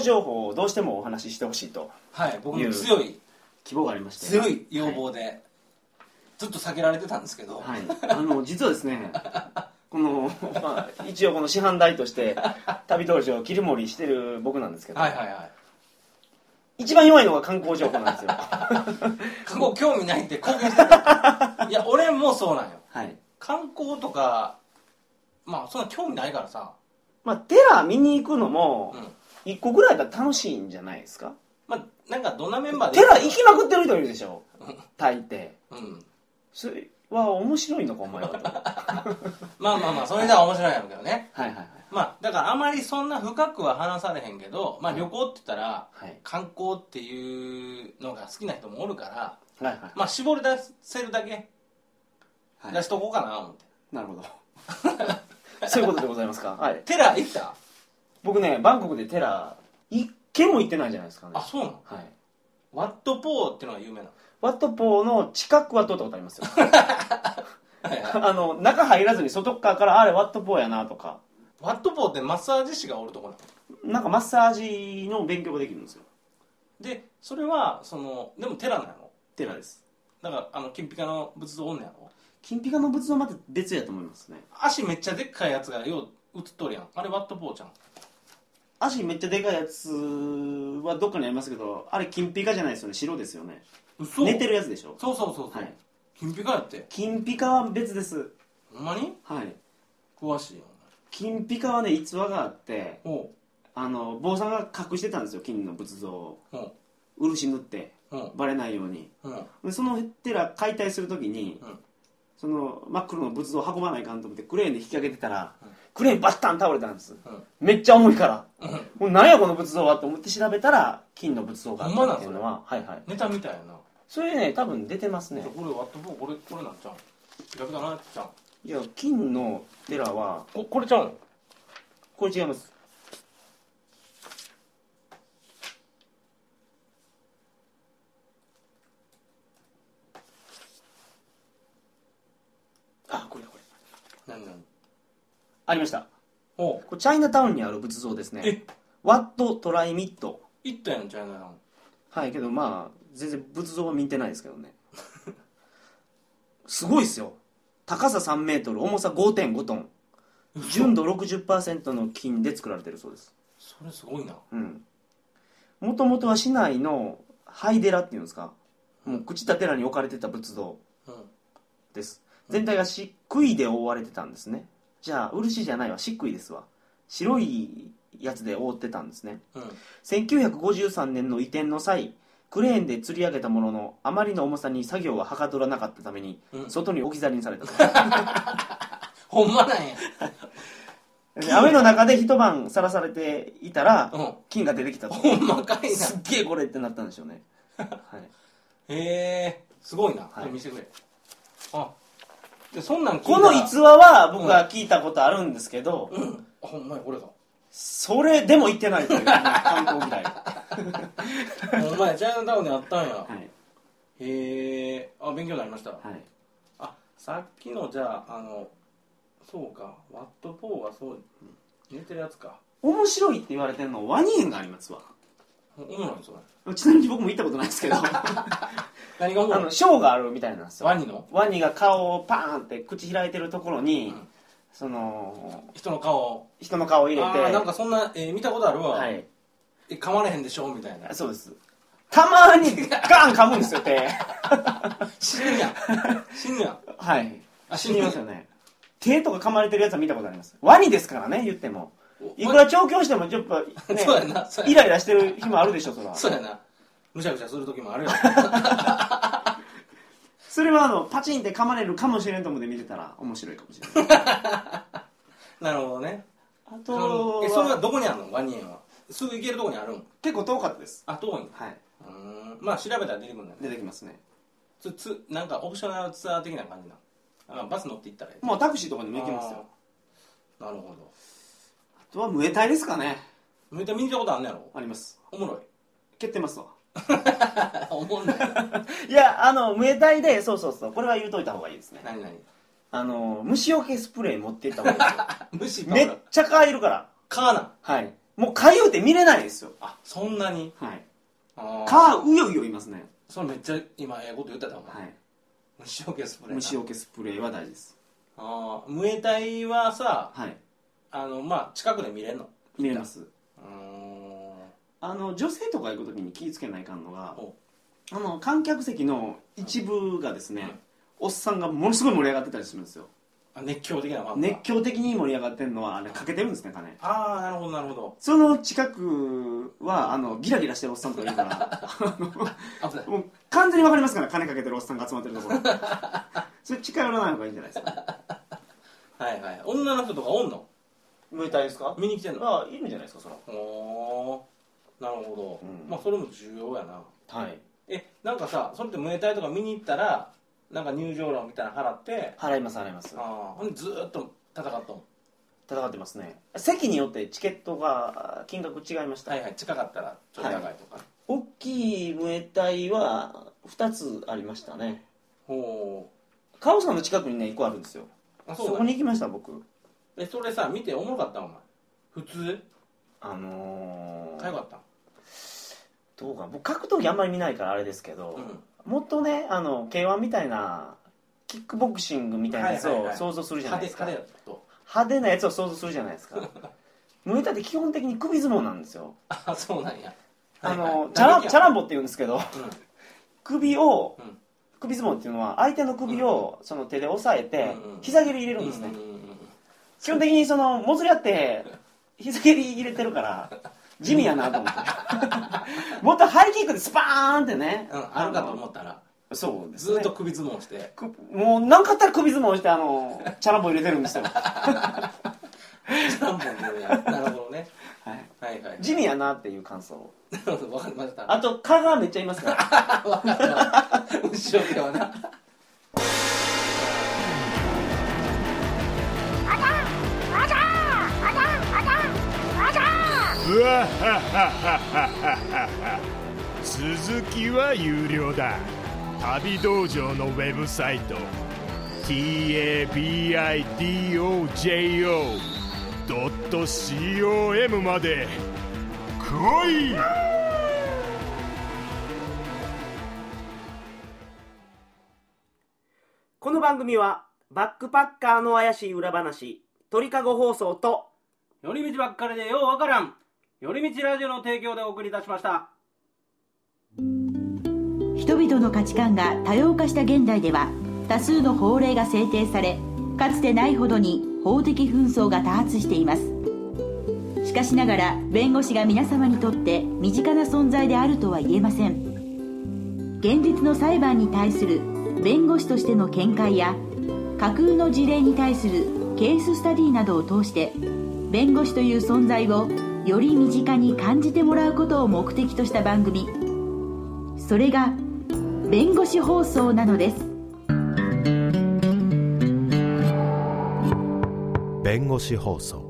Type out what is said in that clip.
情報をどうしてもお話ししてほしいとはい僕の強い希望がありまして強い要望で、ずっと避けられてたんですけど、はい、はいあの実はです ねこのまあ、一応この師範代 として旅道場を切り盛りしてる僕なんですけど、はいはいはい一番弱いのが観光情報な んですよ過去興味ないって興奮してたいや俺もそうなんよはい観光とかまあそんな興味ないからさ、まあ寺見に行くのもうん一個ぐらいだったら楽しいんじゃないですかまあなんかどんなメンバーで寺行きまくってる人いるでしょ大抵うんそれは面白いのかお前はとまあまあまあそれじゃ面白いんやろうけどね はいはいはいまあだからあまりそんな深くは話されへんけど、まあ、旅行って言ったらはい観光っていうのが好きな人もおるからはいはいまあ絞り出せるだけはい出しとこうかな思って、なるほど そういうことでございますかはいテラ行った僕ねバンコクで寺一軒も行ってないじゃないですかねあそうなのはいワットポーっていうのが有名なのワットポーの近くは通ったことありますよはいはいあの中入らずに外っ側からあれワットポーやなとかワットポーってマッサージ師がおるとこなのなんかマッサージの勉強ができるんですよでそれはそのでもテラなの寺ですだからあの金ピカの仏像おんねやろ金ピカの仏像はまた別やと思いますね足めっちゃでっかいやつがよう映っとるやんあれワットポーちゃん足めっちゃでかいやつはどっかにありますけどあれ金ピカじゃないですよね白ですよね嘘寝てるやつでしょそうそうそうそはう、い金ピカやって金ピカは別ですほんまにはい詳しいよ金ピカはね逸話があっておうあの坊さんが隠してたんですよ金の仏像をおう漆塗っておうバレないようにおうでその寺解体するときに、うんその真っ黒の仏像を運ばないかんと思ってクレーンで引き上げてたら、クレーンバッタン倒れたんですうんめっちゃ重いからうんもうなんやこの仏像はと思って調べたら金の仏像があほんっまたなっんていすねうのははいはいネタみたいやな、それね多分出てますねこれワットポーこれこれなんちゃうんピカピカなやつちゃうんいや金の寺はここれちゃうんこれ違いますあこれだこれ何何ありましたおうこれチャイナタウンにある仏像ですねえワット・トライミット行ったやんちゃうなはいけどまあ全然仏像は見てないですけどねすごいっすよ高さ3メートル重さ5.5トン純度60%の金で作られてるそうですそれすごいなうんもともとは市内の灰寺っていうんですかもう朽ちた寺に置かれてた仏像うんです全体が漆喰で覆われてたんですねじゃあ漆じゃないわ漆喰ですわ白いやつで覆ってたんですねうん1953年の移転の際クレーンで吊り上げたもののあまりの重さに作業ははかどらなかったために、うん外に置き去りにされたとほんまなんや雨の中で一晩さらされていたら、うん金が出てき たとほんまかいなすっげえこれってなったんでしょう ね、はい、へえすごいな、はいこれ見せてくれあでそんなん聞いたこのら逸話は僕は聞いたことあるんですけど、うんあほんまや これかそれでも行ってないという観光嫌いほんまやチャイナタウンであったんやはいへえあ勉強になりました、はいあさっきのじゃああのそうかワットポーはそう寝てるやつか面白いって言われてるのワニ園がありますわおおもろいそれちなみに僕も行ったことない ですけど何がおもあろいのショーがあるみたいなんですよワニのワニが顔をパーンって口開いてるところに、うんその人の顔人の顔を入れてあーなんかそんな、えー見たことあるわ、はいえ噛まれへんでしょみたいなそうですたまにガン噛むんですよ手死ぬ やん死ぬやんはいあ死にますよね手とか噛まれてるやつは見たことありますワニですからね言ってもお、いくら調教してもちょっと、ね そうやなそうやなイライラしてる日もあるでしょそらそうやなむしゃくしゃする時もあるよそれはあのパチンって噛まれるかもしれんと思って見てたら面白いかもしれないなるほどねあとそはえそれはどこにあるのワニ園はすぐ行けるとこにあるん結構遠かったですあ遠いんだはいうーんまあ調べたら出てくるんだよ出ねてきますねつつなんかオプショナルツアー的な感じなあバス乗って行ったらいいもうタクシーとかにも行けますよあーなるほどあとはムエタイですかねめっちゃ見たことあんねやろありますおもろい蹴ってますわおもんないいやあのムエタイでそうそうそうこれは言うといた方がいいですね 何何 あの虫除けスプレー持っていった方がいいですよ虫めっちゃ蚊いるからカーナはいもうかゆうて見れないんですよあそんなにはいあー蚊うようよいますねそれめっちゃ今ええこと言ってたもん、はい虫除けスプレーな虫除けスプレーは大事ですああムエタイはさはいあのまあ近くで見れんの見れますうーんあの女性とか行く時に気ぃつけないかんのがほあの観客席の一部がですね、はいおっさんがものすごい盛り上がってたりするんですよあ熱狂的なファン熱狂的に盛り上がってるのはあれ欠けてるんですね金ああなるほどなるほどその近くはあのギラギラしてるおっさんとかいるから 危ないもう完全にわかりますから金かけてるおっさんが集まってるところそれ近寄らない方がいいんじゃないですかはいはい女の人とかおんのムエタイですか見に来てんのあいるんじゃないですかそのおおーなるほど、うんまあそれも重要やなはいえなんかさそれってムエタイとか見に行ったらなんか入場料みたいなの払って払います払いますああほんでずーっと戦っとん戦ってますね席によってチケットが金額違いました、はいはい近かったらちょっと高いとか、大きいムエタイは2つありましたねほカオさんの近くにね1個あるんですようあそそうこだ、ね、に行きました僕えそれさ見ておもろかったお前普通あのかよー、かったどうか僕格闘技あんまり見ないからあれですけど、もっとねあの k 1みたいなキックボクシングみたいなやつはいはいをはい想像するじゃない派で手すか、派手だと派手なやつを想像するじゃないです かムエタイって基本的に首相撲なんですよあそうなんやあはいはのいチャラ嘆きやチャランボって言うんですけどうん首を、うん首相撲っていうのは相手の首をその手で押さえて、うんうん膝蹴り入れるんですね、うんうんうんうん基本的にそのもつれ合って膝蹴り入れてるから地味やなと思って もっとハイキックでスパーンってね、うんあるかと思ったらそうです、ね、ずーっと首相撲してくもう何かあったら首相撲してあ のチャランボ入れてるんですよ、はチャランポンでやる なるほどねいはいはいい、地味やなっていう感想なるほどわかりましたあと蚊がめっちゃいますから 後ろ手はなうわははははは続きは有料だ旅道場のウェブサイト tabidojo.com まで来いこの番組はバックパッカーの怪しい裏話鳥かご放送と寄り道ばっかりでようわからん寄り道ラジオの提供でお送りいたしました人々の価値観が多様化した現代では多数の法令が制定されかつてないほどに法的紛争が多発していますしかしながら弁護士が皆様にとって身近な存在であるとは言えません現実の裁判に対する弁護士としての見解や架空の事例に対するケーススタディなどを通して弁護士という存在をより身近に感じてもらうことを目的とした番組それが弁護士放送なのです弁護士放送